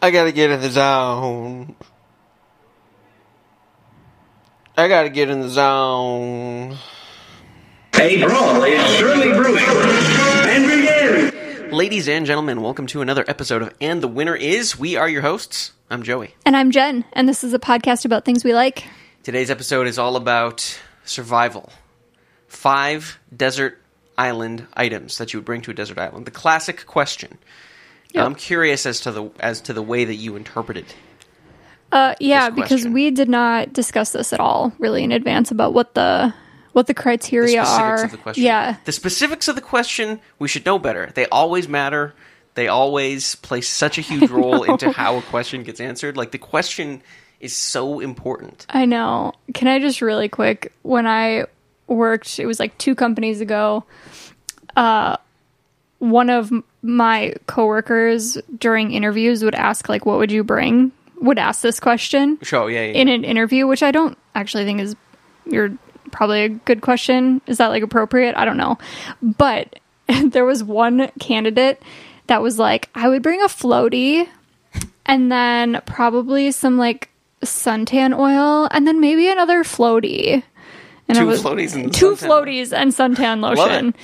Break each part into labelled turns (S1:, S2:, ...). S1: I gotta get in the zone. I gotta get in the zone.
S2: A brawl is surely brewing. And begin.
S1: Ladies and gentlemen, welcome to another episode of And the Winner Is. We are your hosts. I'm Joey.
S3: And I'm Jen, and this is a podcast about things we like.
S1: Today's episode is all about survival. Five desert island items that you would bring to a desert island. The classic question. Now, I'm curious as to the as to the way that you interpreted.
S3: Uh, yeah,
S1: This
S3: because
S1: question.
S3: we did not discuss this at all, really, in advance about what the what the
S1: The
S3: criteria
S1: specifics
S3: are.
S1: of the question.
S3: Yeah,
S1: The specifics of the question we should know better. They always matter. They always play such a huge role into how a question gets answered. Like the question is so important.
S3: I know. Can I just really quick? When I worked, it was like two companies ago. Uh, one of m- my coworkers during interviews would ask, like, "What would you bring?" Would ask this question
S1: Show, yeah, yeah.
S3: in an interview, which I don't actually think is you're probably a good question. Is that like appropriate? I don't know. But there was one candidate that was like, I would bring a floaty and then probably some like suntan oil and then maybe another floaty. And
S1: Two floaties and
S3: two
S1: suntan oil.
S3: floaties and suntan lotion.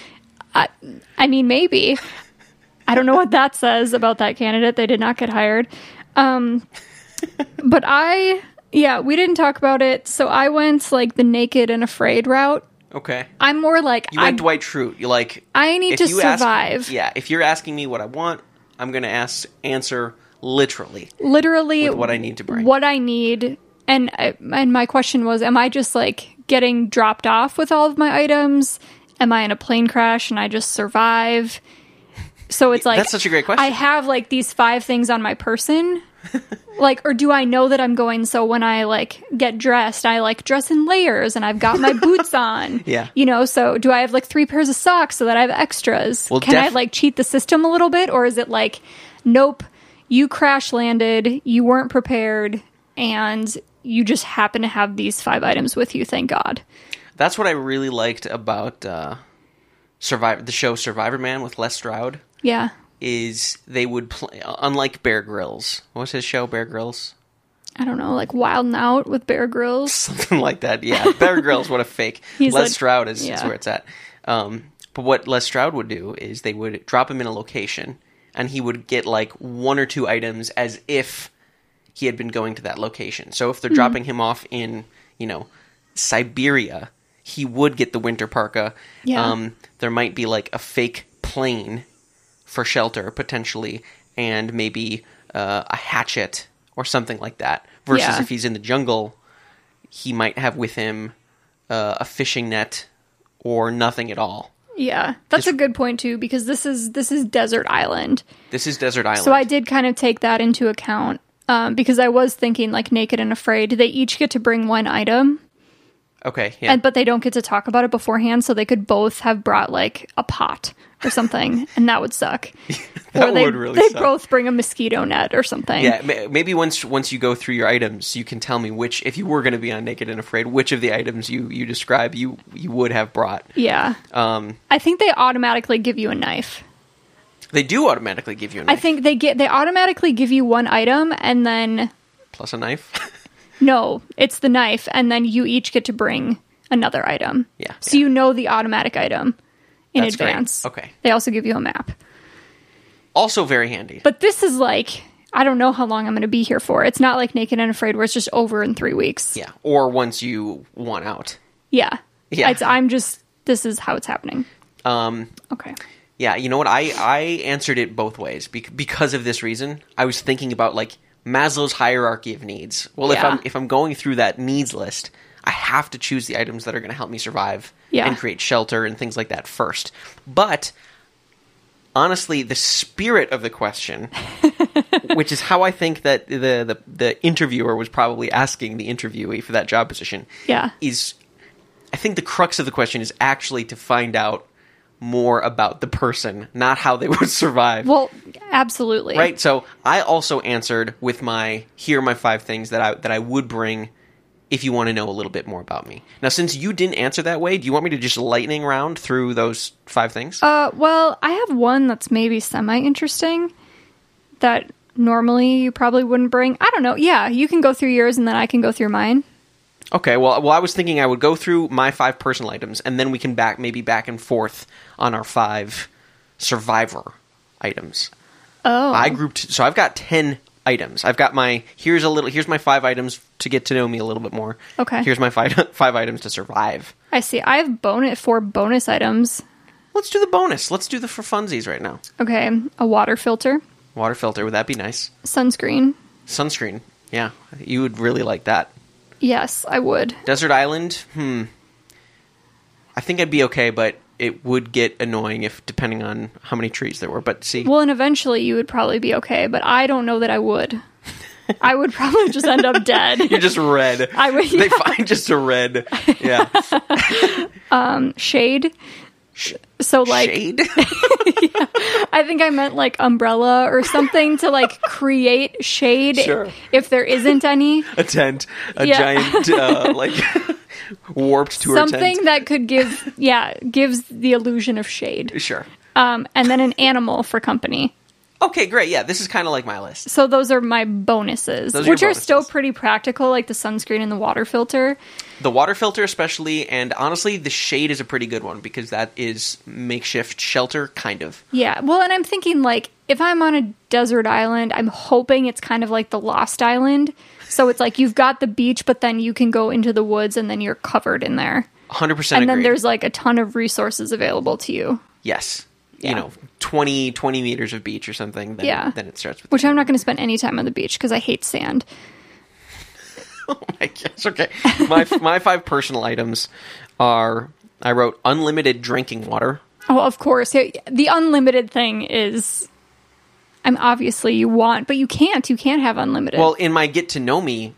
S1: it.
S3: I mean, maybe. I don't know what that says about that candidate. They did not get hired. Um, but I, yeah, we didn't talk about it. So I went like the naked and afraid route.
S1: Okay.
S3: I'm more like
S1: You
S3: I,
S1: went Dwight Schrute. You like
S3: I need
S1: if
S3: to
S1: you ask-
S3: survive.
S1: yeah, if you're asking me what I want, I'm gonna ask answer literally.
S3: Literally,
S1: With what I need to bring.
S3: What I need, and I- and my question was, am I just like getting dropped off with all of my items? Am I in a plane crash and I just survive? So it's like
S1: That's such a great question.
S3: I have like these five things on my person. like or do I know that I'm going so when I like get dressed, I like dress in layers and I've got my boots on.
S1: Yeah.
S3: You know, so do I have like three pairs of socks so that I have extras?
S1: Well,
S3: Can I
S1: def-
S3: like cheat the system a little bit or is it like nope, you crash landed, you weren't prepared and you just happen to have these five items with you, thank God.
S1: That's what I really liked about uh, Survivor, the show Survivor Man with Les Stroud.
S3: Yeah.
S1: Is they would play unlike Bear Grylls. What was his show? Bear Grylls,
S3: I don't know, like wild and out with Bear Grylls.
S1: something like that. Yeah, Bear Grylls. What a fake.
S3: He's
S1: Les
S3: like-
S1: Stroud is, is
S3: yeah.
S1: where it's at. Um, but what Les Stroud would do is they would drop him in a location, and he would get like one or two items as if he had been going to that location. So if they're
S3: Mm-hmm.
S1: dropping him off in, you know, Siberia, he would get the winter parka.
S3: Yeah.
S1: Um, there might be like a fake plane for shelter potentially, and maybe uh, a hatchet or something like that. Versus
S3: Yeah.
S1: if he's in the jungle, he might have with him uh, a fishing net or nothing at all.
S3: Yeah, that's a good point too because this is this is desert island.
S1: This is desert island.
S3: So I did kind of take that into account um, because I was thinking like naked and afraid. They each get to bring one item,
S1: okay, yeah.
S3: and but they don't get to talk about it beforehand, so they could both have brought like a pot or something, and that would suck.
S1: That
S3: or they
S1: would really
S3: they
S1: suck.
S3: both bring a mosquito net or something.
S1: Yeah, ma- maybe once once you go through your items, you can tell me which, if you were going to be on Naked and Afraid, which of the items you you describe you you would have brought.
S3: Yeah.
S1: Um,
S3: I think they automatically give you a knife.
S1: they do automatically give you a
S3: I
S1: knife
S3: think they get they automatically give you one item and then
S1: plus a knife.
S3: No, it's the knife, and then you each get to bring another item.
S1: Yeah,
S3: So
S1: yeah.
S3: you know the automatic item in
S1: That's great.
S3: advance.
S1: Okay.
S3: They also give you a map.
S1: also very handy.
S3: But this is like I don't know how long I'm going to be here for. It's not like Naked and Afraid where it's just over in three weeks.
S1: yeah, or once you want out.
S3: Yeah.
S1: Yeah.
S3: It's, I'm just this is how it's happening.
S1: Um,
S3: Okay.
S1: yeah, you know what? I I answered it both ways bec- because of this reason. I was thinking about like Maslow's hierarchy of needs. Well, if
S3: Yeah.
S1: I'm if I'm going through that needs list, I have to choose the items that are going to help me survive
S3: Yeah.
S1: and create shelter and things like that first. But honestly, the spirit of the question, which is how I think that the, the the interviewer was probably asking the interviewee for that job position,
S3: Yeah.
S1: is I think the crux of the question is actually to find out more about the person, not how they would survive.
S3: Well, absolutely.
S1: right? So I also answered with my here are my five things that I that I would bring if you want to know a little bit more about me. Now, since you didn't answer that way, do you want me to just lightning round through those five things?
S3: Uh, well, I have one that's maybe semi interesting that normally you probably wouldn't bring. I don't know. Yeah, you can go through yours and then I can go through mine.
S1: Okay, well, well, I was thinking I would go through my five personal items, and then we can back maybe back and forth on our five survivor items.
S3: Oh.
S1: I grouped so I've got ten items. I've got my here's a little here's my five items to get to know me a little bit more.
S3: Okay.
S1: Here's my five five items to survive.
S3: I see. I have bonus four bonus items.
S1: Let's do the bonus. Let's do the for funsies right now.
S3: Okay, a water filter,
S1: Water filter, would that be nice?
S3: sunscreen.
S1: Sunscreen. Yeah. You would really like that.
S3: Yes, I would.
S1: Desert Island, hmm. I think I'd be okay, but it would get annoying if depending on how many trees there were. But see
S3: Well, and eventually you would probably be okay, but I don't know that I would. I would probably just end up dead.
S1: you're just red.
S3: I would.
S1: They
S3: yeah.
S1: find just a red. Yeah.
S3: Shade. So like
S1: Shade?
S3: I think I meant like umbrella or something to like create shade
S1: Sure.
S3: if there isn't any.
S1: a tent, a
S3: Yeah.
S1: giant uh, like warped tour
S3: Something
S1: tent.
S3: that could give yeah, gives the illusion of shade.
S1: Sure.
S3: Um and then an animal for company.
S1: Okay, great. Yeah, this is kind of like my list.
S3: So those are my bonuses,
S1: Those are your
S3: which are, still
S1: bonuses. pretty
S3: pretty practical like the sunscreen and the water filter.
S1: The water filter, especially, and honestly, the shade is a pretty good one because that is makeshift shelter, kind of.
S3: Yeah. Well, and I'm thinking like if I'm on a desert island, I'm hoping it's kind of like the lost island. So it's like you've got the beach but then you can go into the woods and then you're covered in there.
S1: 100%
S3: and
S1: agree.
S3: then there's like a ton of resources available to you
S1: yes. You
S3: Yeah.
S1: know, 20, 20 meters of beach or something. Then,
S3: Yeah.
S1: Then it starts with.
S3: which i'm not going to spend any time on the beach because i hate sand
S1: I guess. Okay. My, my five personal items are I wrote unlimited drinking water.
S3: oh of course Yeah, the unlimited thing is i'm obviously you want but you can't you can't have unlimited
S1: Well, in my get to know me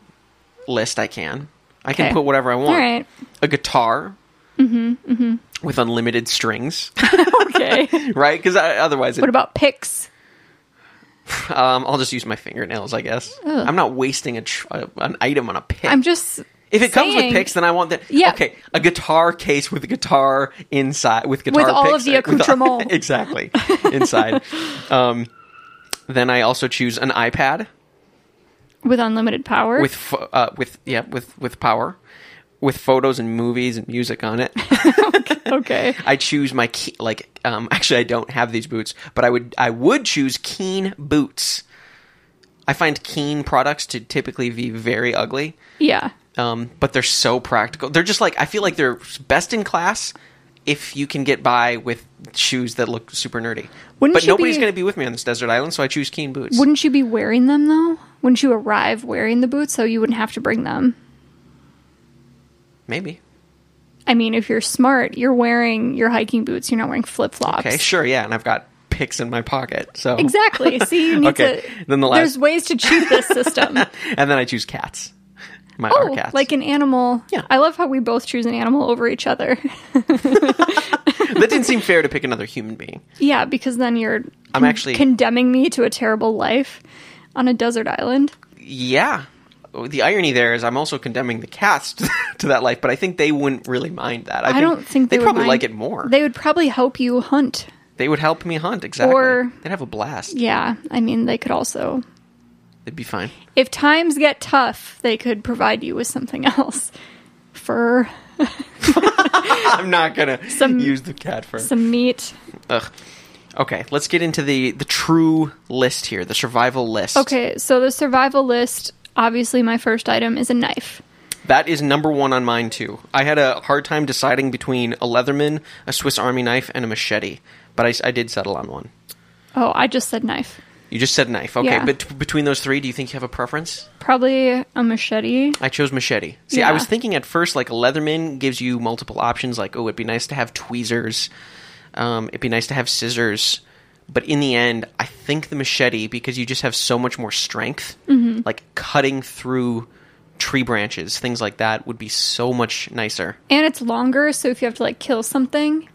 S1: list, I can. I can
S3: Okay.
S1: put whatever I want.
S3: all right
S1: a guitar
S3: Mm-hmm,
S1: with unlimited strings,
S3: okay
S1: right? Because otherwise, it,
S3: what about picks
S1: um, I'll just use my fingernails. I guess I'm not wasting a tr- uh, an item on a pick.
S3: i'm just
S1: if it comes with
S3: saying-
S1: picks, then I want that.
S3: Yeah.
S1: Okay, a guitar case with a guitar inside with guitar
S3: With all
S1: picks,
S3: of the
S1: uh, with all-
S3: accoutrement.
S1: exactly inside. um, then I also choose an iPad
S3: with unlimited power
S1: with pho- uh, with yeah with with power with photos and movies and music on it.
S3: okay
S1: I choose my key, like um, actually I don't have these boots, but I would I would choose Keen boots. I find Keen products to typically be very ugly,
S3: yeah
S1: um, but they're so practical. They're just like I feel like they're best in class if you can get by with shoes that look super nerdy.
S3: Wouldn't
S1: but
S3: you
S1: nobody's
S3: be-
S1: going to be with me on this desert island, so I choose Keen boots.
S3: wouldn't you be wearing them though wouldn't you arrive wearing the boots so you wouldn't have to bring them
S1: Maybe
S3: i mean if you're smart you're wearing your hiking boots you're not wearing flip-flops
S1: okay, sure, yeah, and I've got picks in my pocket, so
S3: Exactly. See, you need
S1: Okay,
S3: to.
S1: then the last-
S3: There's ways to cheat this system.
S1: and then I choose cats. My our
S3: oh,
S1: cats.
S3: like an animal.
S1: Yeah.
S3: I love how we both choose an animal over each other.
S1: that didn't seem fair to pick another human being.
S3: yeah, because then you're
S1: I'm actually
S3: condemning me to a terrible life on a desert island.
S1: Yeah. The irony there is I'm also condemning the cats to, to that life, but I think they wouldn't really mind that. I,
S3: I don't think they,
S1: they
S3: would
S1: probably
S3: mind.
S1: like it more. They,
S3: They would probably help you hunt.
S1: would help me hunt exactly.
S3: Or-
S1: They'd have a blast.
S3: Yeah, I mean, they could also.
S1: They'd be fine.
S3: If times get tough, they could provide you with something else. Fur,
S1: I'm not gonna
S3: Some-
S1: use the cat for.
S3: some meat.
S1: Ugh. Okay, let's get into the the true list here, the survival list.
S3: Okay, so the survival list obviously, my first item is a knife.
S1: That is number one on mine too. I had a hard time deciding between a Leatherman, a Swiss Army knife, and a machete, but I s- I, did settle on one.
S3: Oh, I just said knife.
S1: You just said knife, okay?
S3: Yeah.
S1: But between those three, do you think you have a preference?
S3: Probably a machete.
S1: I chose machete. See, I
S3: Yeah.
S1: was thinking at first like a Leatherman gives you multiple options. Like, oh, it'd be nice to have tweezers. Um, it'd be nice to have scissors. But in the end, I think the machete because you just have so much more strength.
S3: Mm-hmm.
S1: Like cutting through tree branches, things like that would be so much nicer.
S3: And it's longer, so if you have to like kill something,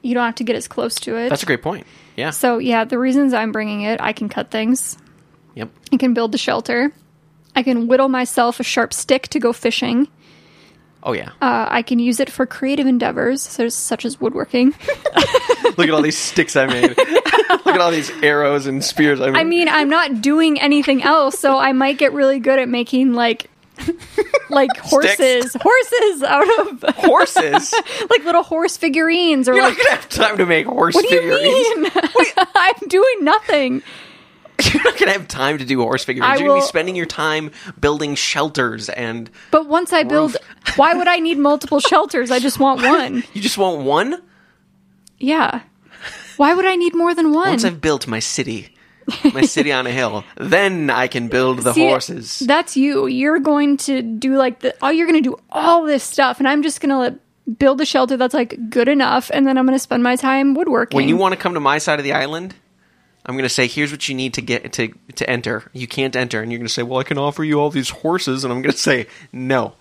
S3: you don't have to get as close to it.
S1: That's a great point. Yeah.
S3: so yeah, the reasons I'm bringing it, I can cut things.
S1: yep.
S3: I can build the shelter. I can whittle myself a sharp stick to go fishing.
S1: Oh yeah.
S3: Uh, I can use it for creative endeavors, so, such as woodworking.
S1: Look at all these sticks I made. Look at all these arrows and spears.
S3: I mean, I'm not doing anything else, so I might get really good at making like like horses, horses out of
S1: horses.
S3: like little horse figurines or
S1: You're not
S3: like
S1: gonna have time to make horse
S3: what do you
S1: figurines.
S3: mean? I'm doing nothing.
S1: You're not gonna have time to do horse figurines.
S3: I
S1: You're gonna
S3: will-
S1: be spending your time building shelters, and
S3: But once I build, why would I need multiple shelters? I just want one.
S1: you just want one.
S3: Yeah. Why would I need more than one?
S1: Once I've built my city, my city on a hill, then I can build the
S3: See,
S1: horses.
S3: That's you. You're going to do like the. Oh, you're going to do all this stuff, and I'm just going to let build a shelter that's like good enough, and then I'm going to spend my time woodworking.
S1: when you want to come to my side of the island, I'm going to say, "Here's what you need to get to to enter. You can't enter." And you're going to say, "Well, I can offer you all these horses," and I'm going to say, "No."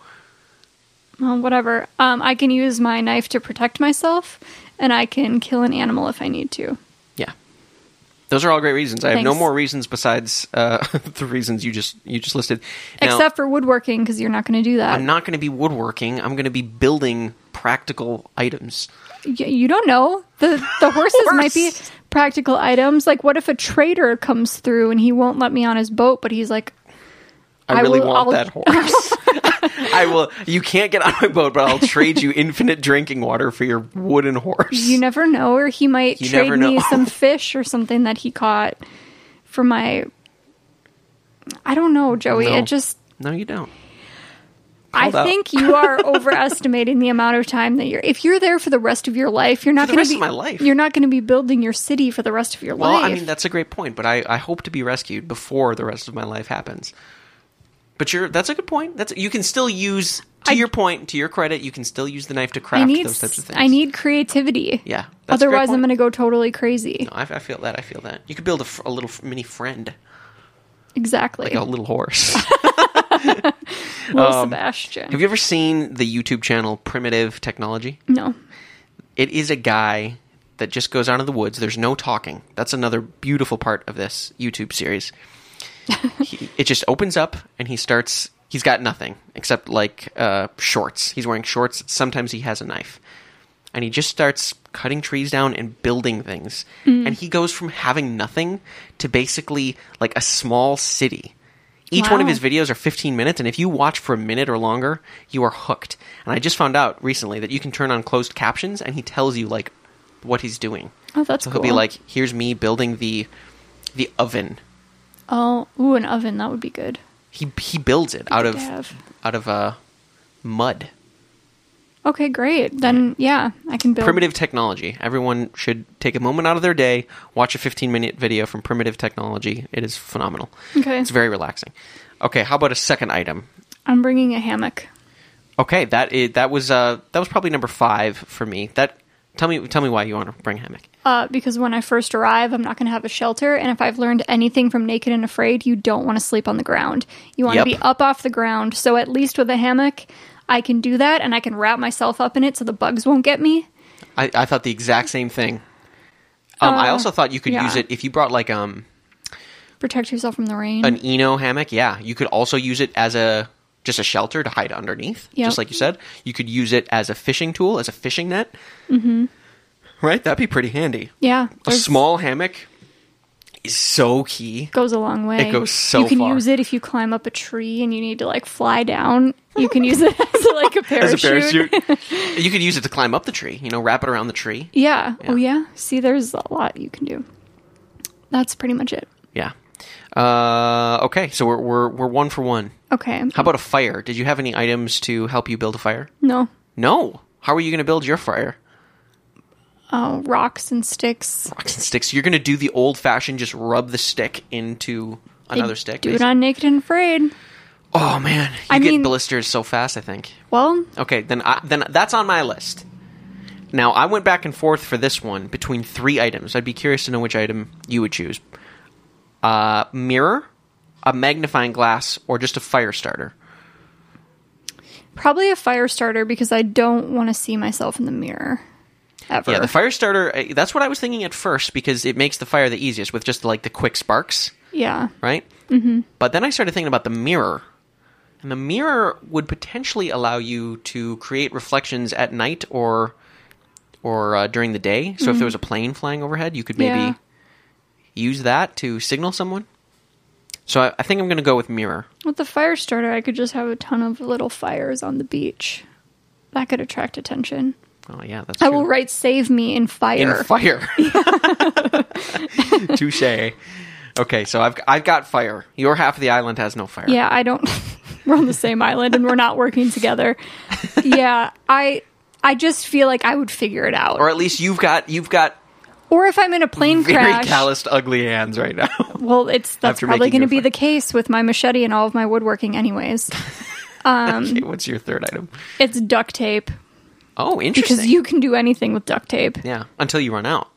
S3: Well, whatever. Um, I can use my knife to protect myself, and I can kill an animal if I need to.
S1: Yeah, those are all great reasons. I have no
S3: Thanks.
S1: more reasons besides uh, the reasons you just you just listed. Now,
S3: Except for woodworking, because you're not going to do that.
S1: I'm not going to be woodworking. I'm going to be building practical items.
S3: Y- you don't know. The the horses might be
S1: Horse.
S3: practical items. Like, what if a trader comes through and he won't let me on his boat, but he's like,
S1: I
S3: I
S1: really
S3: will-
S1: want
S3: I'll-
S1: that horse. I will. You can't get on my boat, but I'll trade you infinite drinking water for your wooden horse.
S3: you never know, or he might
S1: You
S3: trade
S1: never know.
S3: me some fish or something that he caught for my. I don't know, Joey.
S1: No.
S3: It just
S1: no, you don't.
S3: I
S1: Hold up.
S3: think you are overestimating the amount of time that you're. If you're there for the rest of your life, you're not
S1: the
S3: going
S1: rest
S3: to be.
S1: of my life.
S3: You're not going to be building your city for the rest of your
S1: Well,
S3: life.
S1: I mean that's a great point, but I, I hope to be rescued before the rest of my life happens. But you're that's a good point. That's you can still use to
S3: I-
S1: your point to your credit. You can still use the knife to
S3: I
S1: craft
S3: need.
S1: those types of things.
S3: I need creativity.
S1: Yeah. that's a great
S3: Otherwise,
S1: point.
S3: I'm going to go totally crazy.
S1: No, I, I feel that. I feel that. You could build a, f- a little f- mini friend,
S3: Exactly.
S1: like a little horse.
S3: Little Sebastian.
S1: Have you ever seen the YouTube channel Primitive Technology?
S3: no.
S1: it is a guy that just goes out of the woods. There's no talking. That's another beautiful part of this YouTube series. he, it just opens up and he starts. He's got nothing except like uh, shorts. He's wearing shorts. Sometimes he has a knife. And he just starts cutting trees down and building things. And he goes from having nothing to basically like a small city. Each one of
S3: Wow.
S1: his videos are 15 minutes, and if you watch for a minute or longer, you are hooked. And I just found out recently that you can turn on closed captions, and he tells you like what he's doing.
S3: Oh, that's
S1: so
S3: cool.
S1: he'll be like, "Here's me building the the oven."
S3: oh, ooh, an oven. That would be good.
S1: He he builds it out
S3: to
S1: of
S3: have.
S1: out of uh, mud.
S3: Okay, great. Then yeah, I can build.
S1: Primitive technology. Everyone should take a moment out of their day, watch a 15 minute video from Primitive Technology. It is phenomenal.
S3: Okay.
S1: It's very relaxing. Okay, how about a second item?
S3: I'm bringing a hammock.
S1: Okay, that is that was uh that was probably number five for me. That tell me tell me why you want to bring a hammock.
S3: Uh, because when I first arrive, I'm not going to have a shelter. And if I've learned anything from Naked and Afraid, you don't want to sleep on the ground. You want
S1: Yep.
S3: to be up off the ground. So at least with a hammock, I can do that and I can wrap myself up in it so the bugs won't get me.
S1: I, I thought the exact same thing. Um, I also thought you could
S3: Uh, yeah.
S1: use it if you brought like um
S3: Protect yourself from the rain.
S1: an Eno hammock. Yeah, you could also use it as a just a shelter to hide underneath,
S3: Yep.
S1: just like you said. You could use it as a fishing tool, as a fishing net. Mm-hmm. Right, that'd be pretty handy.
S3: yeah.
S1: A
S3: there's-
S1: small hammock is so key.
S3: goes a long way.
S1: It goes so
S3: You can
S1: far.
S3: use it if you climb up a tree and you need to like fly down. You can use it as like a parachute.
S1: parachute, you could use it to climb up the tree. You know, wrap it around the tree.
S3: Yeah. Oh yeah. See, there's a lot you can do. That's pretty much it.
S1: Yeah. Uh, okay, so we're we're we're one for one.
S3: Okay.
S1: How about a fire? Did you have any items to help you build a fire?
S3: No.
S1: No. How are you going to build your fire?
S3: Oh, rocks and sticks.
S1: Rocks and sticks. You're going to do the old fashioned, just rub the stick into another stick.
S3: Do it
S1: basically.
S3: on Naked and Afraid.
S1: oh man, you
S3: I
S1: get
S3: mean-
S1: blisters so fast. I think.
S3: Well,
S1: Okay, then I, then that's on my list. Now I went back and forth for this one between three items. I'd be curious to know which item you would choose: uh, mirror, a magnifying glass, or just a fire starter.
S3: probably a fire starter because I don't want to see myself in the mirror ever.
S1: Yeah, the fire starter. uh, That's what I was thinking at first because it makes the fire the easiest with just like the quick sparks,
S3: Yeah.
S1: right? Mm-hmm. But then I started thinking about the mirror, and the mirror would potentially allow you to create reflections at night or or uh, during the day. So if there was a plane flying overhead, you could maybe
S3: Mm-hmm. Yeah.
S1: use that to signal someone. So I, I think I'm going to go with mirror.
S3: With the fire starter, I could just have a ton of little fires on the beach. That could attract attention.
S1: Oh yeah, that's
S3: I
S1: true.
S3: will write "Save Me" in fire.
S1: in fire. Touche. Okay, so I've I've got fire. Your half of the island has no fire.
S3: yeah, I don't. we're on the same island and we're not working together. Yeah, I. I just feel like I would figure it out.
S1: Or at least you've got you've got
S3: Or if I'm in a plane
S1: very
S3: crash,
S1: calloused, ugly hands right now.
S3: well, it's that's
S1: After
S3: probably
S1: making
S3: going to
S1: your
S3: be
S1: fire.
S3: the case with my machete and all of my woodworking, anyways. Um,
S1: okay, what's your third item?
S3: It's duct tape
S1: Oh, interesting.
S3: because you can do anything with duct tape.
S1: yeah, until you run out.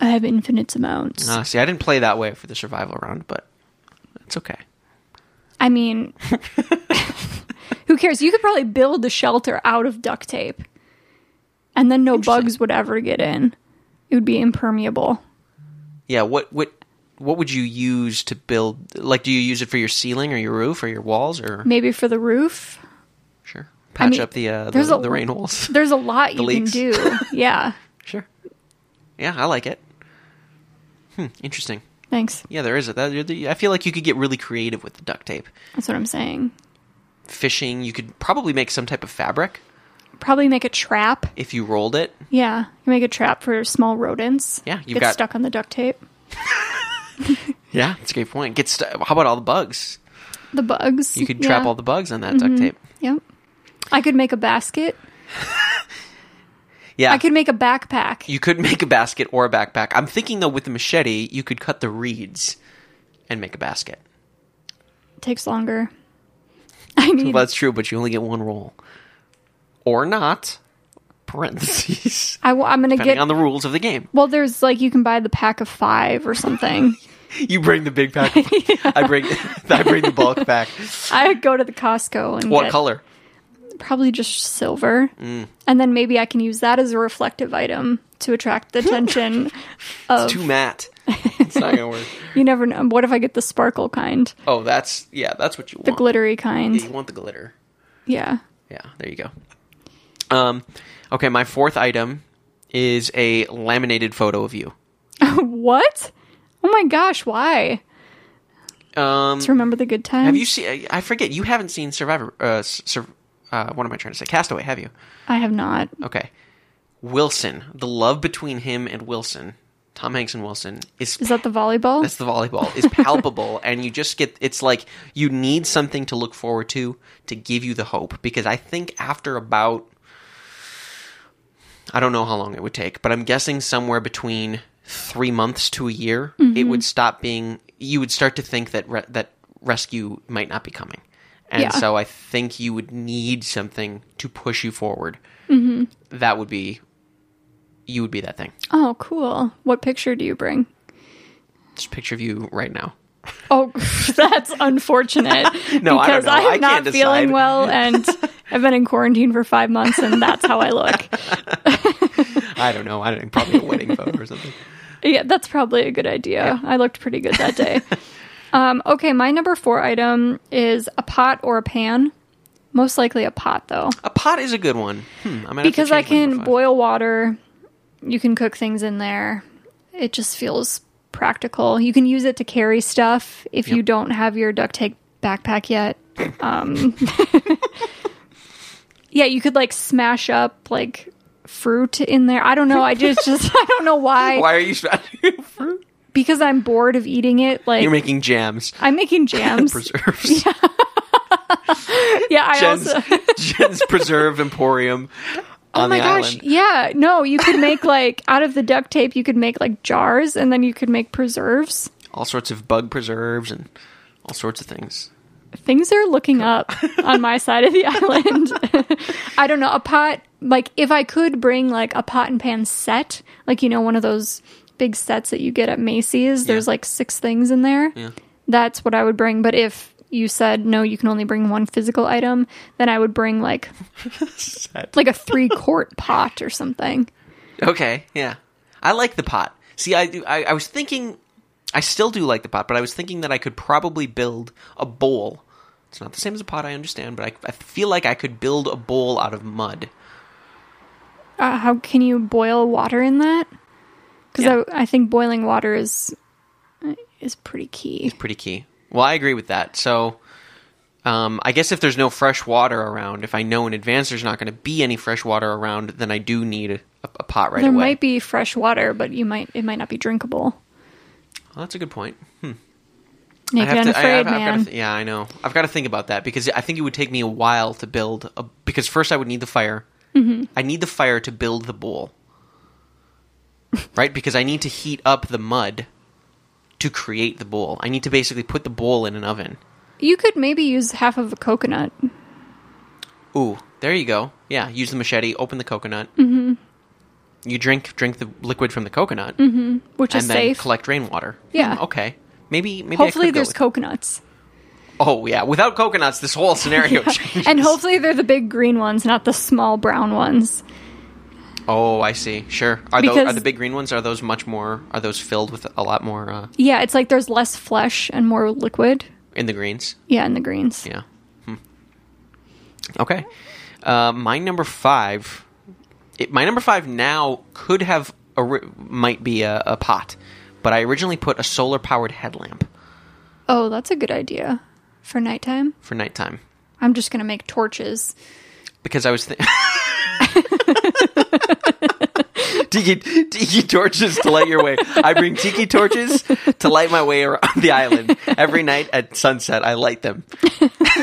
S3: I have infinite amounts.
S1: Uh, see, I didn't play that way for the survival round, but it's okay.
S3: I mean, who cares? You could probably build a shelter out of duct tape, and then no bugs would ever get in. It would be impermeable.
S1: Yeah, what what what would you use to build? Like, do you use it for your ceiling or your roof or your walls or
S3: Maybe for the roof.
S1: sure patch
S3: mean,
S1: up the uh,
S3: there's
S1: the,
S3: a-
S1: the rain holes?
S3: There's a lot you
S1: leaks.
S3: can do. Yeah.
S1: Sure. Yeah, I like it. Hmm, interesting.
S3: Thanks.
S1: Yeah, there is a that- I feel like you could get really creative with the duct tape.
S3: That's what I'm saying.
S1: Fishing, you could probably make some type of fabric
S3: Probably make a trap.
S1: if you rolled it.
S3: Yeah. You make a trap for small rodents.
S1: Yeah, you've
S3: Get
S1: got-
S3: stuck on the duct tape.
S1: Yeah, that's a great point. Get st- how about all the bugs?
S3: The bugs.
S1: You could trap
S3: Yeah. Mm-hmm.
S1: all the bugs on that duct tape.
S3: Yep. I could make a basket.
S1: Yeah,
S3: I could make a backpack.
S1: you could make a basket or a backpack. I'm thinking though, with the machete, you could cut the reeds and make a basket.
S3: takes longer. I need
S1: Well, that's true, but you only get one roll, or not. Parentheses,
S3: I, am going to
S1: depending
S3: get.
S1: on the rules of the game.
S3: well, there's like you can buy the pack of five or something.
S1: You bring the big pack. I bring I bring the bulk pack.
S3: I go to the Costco and
S1: What
S3: get
S1: color? Mm.
S3: probably just silver, and then maybe I can use that as a reflective item to attract the attention. of
S1: Too matte. It's not gonna work.
S3: you never know. What if I get the sparkle kind,
S1: Oh, that's yeah. That's what you
S3: the
S1: want.
S3: glittery
S1: Yeah, you
S3: kind?
S1: want the glitter.
S3: Yeah,
S1: Yeah. There you go. Um. Okay. My fourth item is a laminated photo of you.
S3: what? Oh my gosh, why?
S1: Um.
S3: To remember the good times.
S1: Have you seen? I forget. You haven't seen Survivor. Uh. Sur- uh what am I trying to say? Castaway. Have you?
S3: I have not.
S1: Okay. Wilson. The love between him and Wilson, Tom Hanks and Wilson, is
S3: Is that the volleyball?
S1: That's the volleyball is palpable, and you just get. It's like you need something to look forward to to give you the hope. Because I think after about, I don't know how long it would take, but I'm guessing somewhere between three months to a year, it would stop being. You would start to think that re- that rescue might not be coming, and
S3: Yeah.
S1: so I think you would need something to push you forward. That would be. You would be that thing.
S3: oh, cool. What picture do you bring?
S1: Just picture of you right now.
S3: Oh, that's unfortunate.
S1: No, I don't
S3: because
S1: know.
S3: am
S1: I
S3: not
S1: can't
S3: feeling
S1: decide.
S3: well, and I've been in quarantine for five months, and that's how I look.
S1: I don't know. I don't probably a wedding photo or something.
S3: Yeah, that's probably a good idea. I looked pretty good that day. um, okay, my number four item is a pot or a pan. Most likely a pot, though,
S1: A pot is a good one. Hmm, I'm
S3: because I can boil water. You can cook things in there. It just feels practical. You can use it to carry stuff if you don't have your duct tape backpack yet. Um, yeah, you could like smash up like fruit in there. I don't know. I just just I don't know why.
S1: Why are you smashing fruit?
S3: because I'm bored of eating it. Like
S1: You're making jams,
S3: I'm making jams.
S1: preserves.
S3: yeah, I
S1: Jen's,
S3: also.
S1: Jen's preserve emporium on
S3: Oh my
S1: the
S3: gosh!
S1: island.
S3: Yeah, no, you could make like out of the duct tape, you could make like jars, and then you could make preserves.
S1: All sorts of bug preserves and all sorts of things.
S3: Things are looking up on my side of the island. I don't know a pot. Like if I could bring like a pot and pan set, like you know one of those big sets that you get at Macy's. There's like six things in there.
S1: Yeah.
S3: That's what I would bring. But if you said no, you can only bring one physical item, then I would bring like like a three quart pot or something.
S1: Okay, yeah. I like the pot. See, I, do- I I was thinking, I still do like the pot, but I was thinking that I could probably build a bowl. It's not the same as a pot, I understand, but I, I feel like I could build a bowl out of mud.
S3: Uh, how can you boil water in that? Because I, I think boiling water is is pretty key.
S1: pretty key. Well, I agree with that. So, um, I guess if there's no fresh water around, if I know in advance there's not going to be any fresh water around, then I do need a, a pot right
S3: there
S1: away.
S3: might be fresh water, but you might it might not be drinkable.
S1: Well, that's a good point. I
S3: Naked
S1: have
S3: and
S1: to- I-
S3: afraid,
S1: I've- I've gotta
S3: man.
S1: th- yeah, I know. I've got to think about that because I think it would take me a while to build. A, because first, I would need the fire.
S3: Mm-hmm.
S1: I need the fire to build the bowl, right? Because I need to heat up the mud to create the bowl. I need to basically put the bowl in an oven.
S3: you could maybe use half of a coconut.
S1: Ooh, there you go. Yeah, use the machete. Open the coconut.
S3: Mm-hmm.
S1: You drink drink the liquid from the coconut,
S3: Which
S1: and
S3: is
S1: then
S3: Mm-hmm. safe.
S1: collect rainwater.
S3: Yeah.
S1: Hmm, okay. Maybe maybe I
S3: hopefully
S1: could go
S3: there's
S1: with-
S3: coconuts.
S1: oh yeah. Without coconuts, this whole scenario changes.
S3: And hopefully they're the big green ones, not the small brown ones.
S1: Oh, I see. Sure. Are, those, are
S3: Because-
S1: the big green ones? Are those much more? Are those filled with a lot more uh,
S3: Yeah, it's like there's less flesh and more liquid.
S1: in the greens?
S3: Yeah, in the greens.
S1: Yeah. Hmm. Okay. Uh, my number five. It, my number five now could have a, might be a, a pot, but I originally put a solar powered headlamp
S3: Oh, that's a good idea for nighttime.
S1: for nighttime
S3: I'm just gonna make torches.
S1: because I was. Th- Tiki, tiki torches to light your way. I bring tiki torches to light my way around the island every night at sunset. I light them.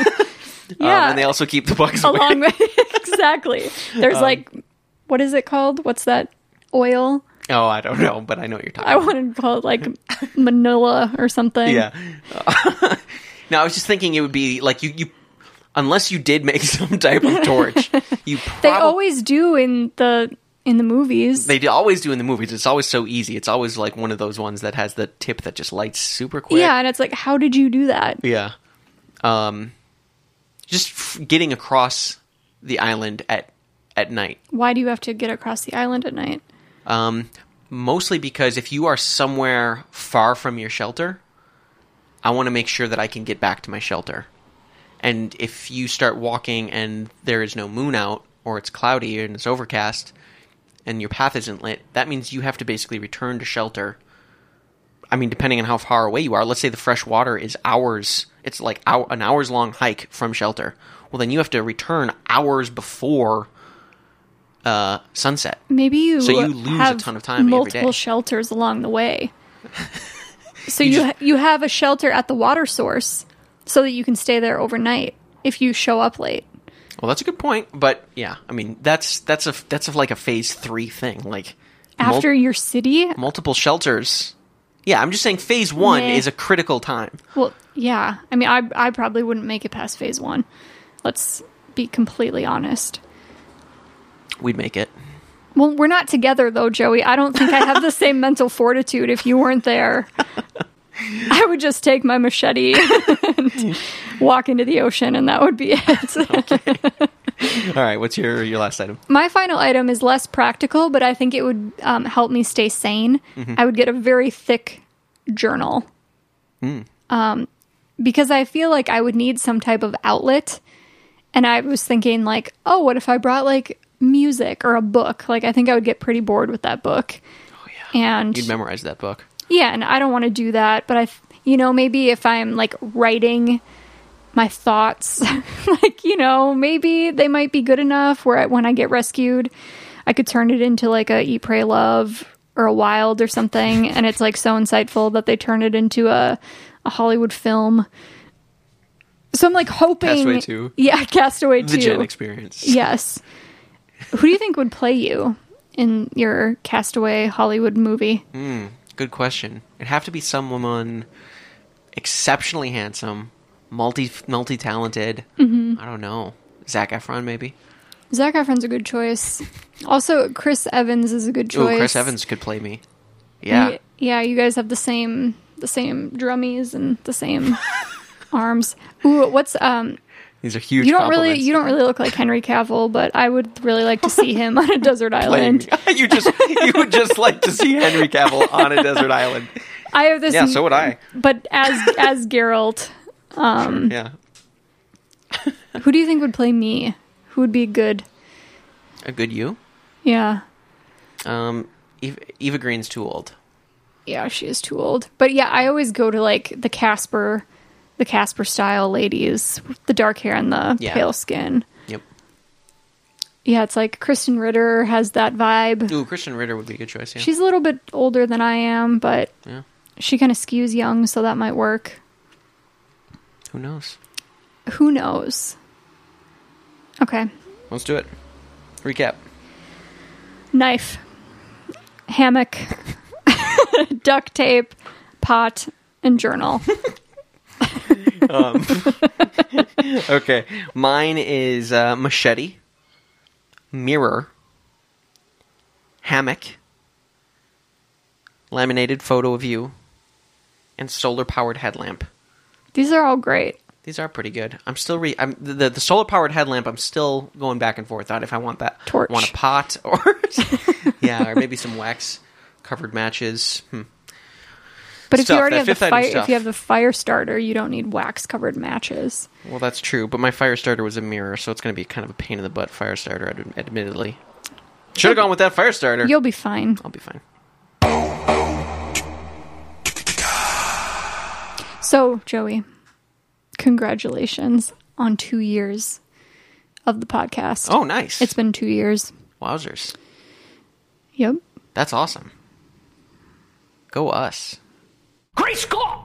S3: Yeah,
S1: Um, and they also keep the bugs away.
S3: along with exactly. There's
S1: Um,
S3: like what is it called? What's that oil?
S1: oh, I don't know, but I know what you're talking
S3: I
S1: about.
S3: wanted to call it like Manila or something.
S1: Yeah. no, I was just thinking it would be like you, you unless you did make some type of torch, you probably.
S3: They always do in the in the movies.
S1: They do- always do in the movies. It's always so easy. It's always like one of those ones that has the tip that just lights super quick.
S3: yeah, and it's like, how did you do that?
S1: Yeah. Um, just f- getting across the island at at night.
S3: Why do you have to get across the island at night?
S1: Um, mostly because if you are somewhere far from your shelter, I want to make sure that I can get back to my shelter. And if you start walking and there is no moon out, or it's cloudy and it's overcast, and your path isn't lit, that means you have to basically return to shelter. I mean, depending on how far away you are, let's say the fresh water is hours, it's like hour, an hours long hike from shelter. Well, then you have to return hours before uh, sunset.
S3: Maybe you
S1: So you lose a
S3: have
S1: ton of time every
S3: multiple
S1: day.
S3: shelters along the way. so you you, ha- you have a shelter at the water source so that you can stay there overnight if you show up late.
S1: Well, that's a good point, but yeah, I mean that's that's a that's a, like a phase three thing, like mul-
S3: After your city?
S1: multiple shelters. Yeah, I'm just saying phase one
S3: Meh.
S1: is a critical time.
S3: Well, yeah. I mean, I I probably wouldn't make it past phase 1. Let's be completely honest.
S1: We'd make it.
S3: Well, we're not together though, Joey. I don't think I have the same mental fortitude if you weren't there. I would just take my machete and walk into the ocean, and that would be it.
S1: All right, what's your your last item?
S3: my final item is less practical, but I think it would um, help me stay sane. I would get a very thick journal. Um, because I feel like I would need some type of outlet. And I was thinking, like, oh, what if I brought like music or a book? Like, I think I would get pretty bored with that book. And
S1: You'd memorize that book.
S3: yeah, and I don't want to do that, but I, f- you know, maybe if I'm like writing my thoughts, like, you know, maybe they might be good enough where I, when I get rescued, I could turn it into like a Eat, Pray, Love or a Wild or something. And it's like so insightful that they turn it into a, a Hollywood film. So I'm like hoping.
S1: Castaway 2.
S3: Yeah, Castaway 2.
S1: The Jen experience.
S3: Yes. Who do you think would play you in your Castaway Hollywood movie?
S1: Good question. It'd have to be someone exceptionally handsome, multi multi talented.
S3: Mm-hmm.
S1: I don't know. Zach Efron maybe.
S3: Zach Efron's a good choice. Also, Chris Evans is a good
S1: Ooh,
S3: choice.
S1: Chris Evans could play me.
S3: Y-
S1: Yeah.
S3: Yeah. you guys have the same the same drummies and the same arms. Ooh, what's um?
S1: These are huge
S3: You don't really
S1: compliments.
S3: you don't really look like Henry Cavill, but I would really like to see him on a desert
S1: playing.
S3: island.
S1: you just you would just like to see Henry Cavill on a desert island.
S3: I have this.
S1: Yeah, so would I.
S3: But as as Geralt, Mm.
S1: Yeah,
S3: who do you think would play me? Who would be good?
S1: a good you.
S3: Yeah,
S1: Um, Eva, Eva Green's too old.
S3: yeah, she is too old. But yeah, I always go to like the Casper, the Casper style ladies, with the dark hair and the
S1: Yeah.
S3: pale skin.
S1: Yep.
S3: Yeah, it's like Kristen Ritter has that vibe.
S1: Ooh, Christian Ritter would be a good choice. Yeah.
S3: She's a little bit older than I am, but
S1: yeah.
S3: she kind of skews young, so that might work.
S1: Who knows?
S3: Who knows? Okay,
S1: Let's do it. Recap.
S3: knife, hammock, duct tape, pot, and journal.
S1: Okay. Mine is uh, machete, mirror, hammock, laminated photo of you, and solar powered headlamp.
S3: These are all great.
S1: These are pretty good. I'm still re. I'm the the solar powered headlamp. I'm still going back and forth on if I want that.
S3: Torch.
S1: Want a pot or yeah, or maybe some wax covered matches. Hmm.
S3: But if
S1: stuff,
S3: you already
S1: that
S3: have the
S1: fifth item
S3: fire,
S1: stuff.
S3: if you have the fire starter, you don't need wax covered matches.
S1: Well, that's true. But my fire starter was a mirror, so it's going to be kind of a pain in the butt fire starter. ad- Admittedly, should have gone with that fire starter.
S3: You'll be fine.
S1: I'll be fine.
S3: So, Joey, congratulations on two years of the podcast.
S1: Oh, nice.
S3: It's been two years.
S1: Wowzers.
S3: Yep.
S1: That's awesome. Go us.
S4: Great Scott!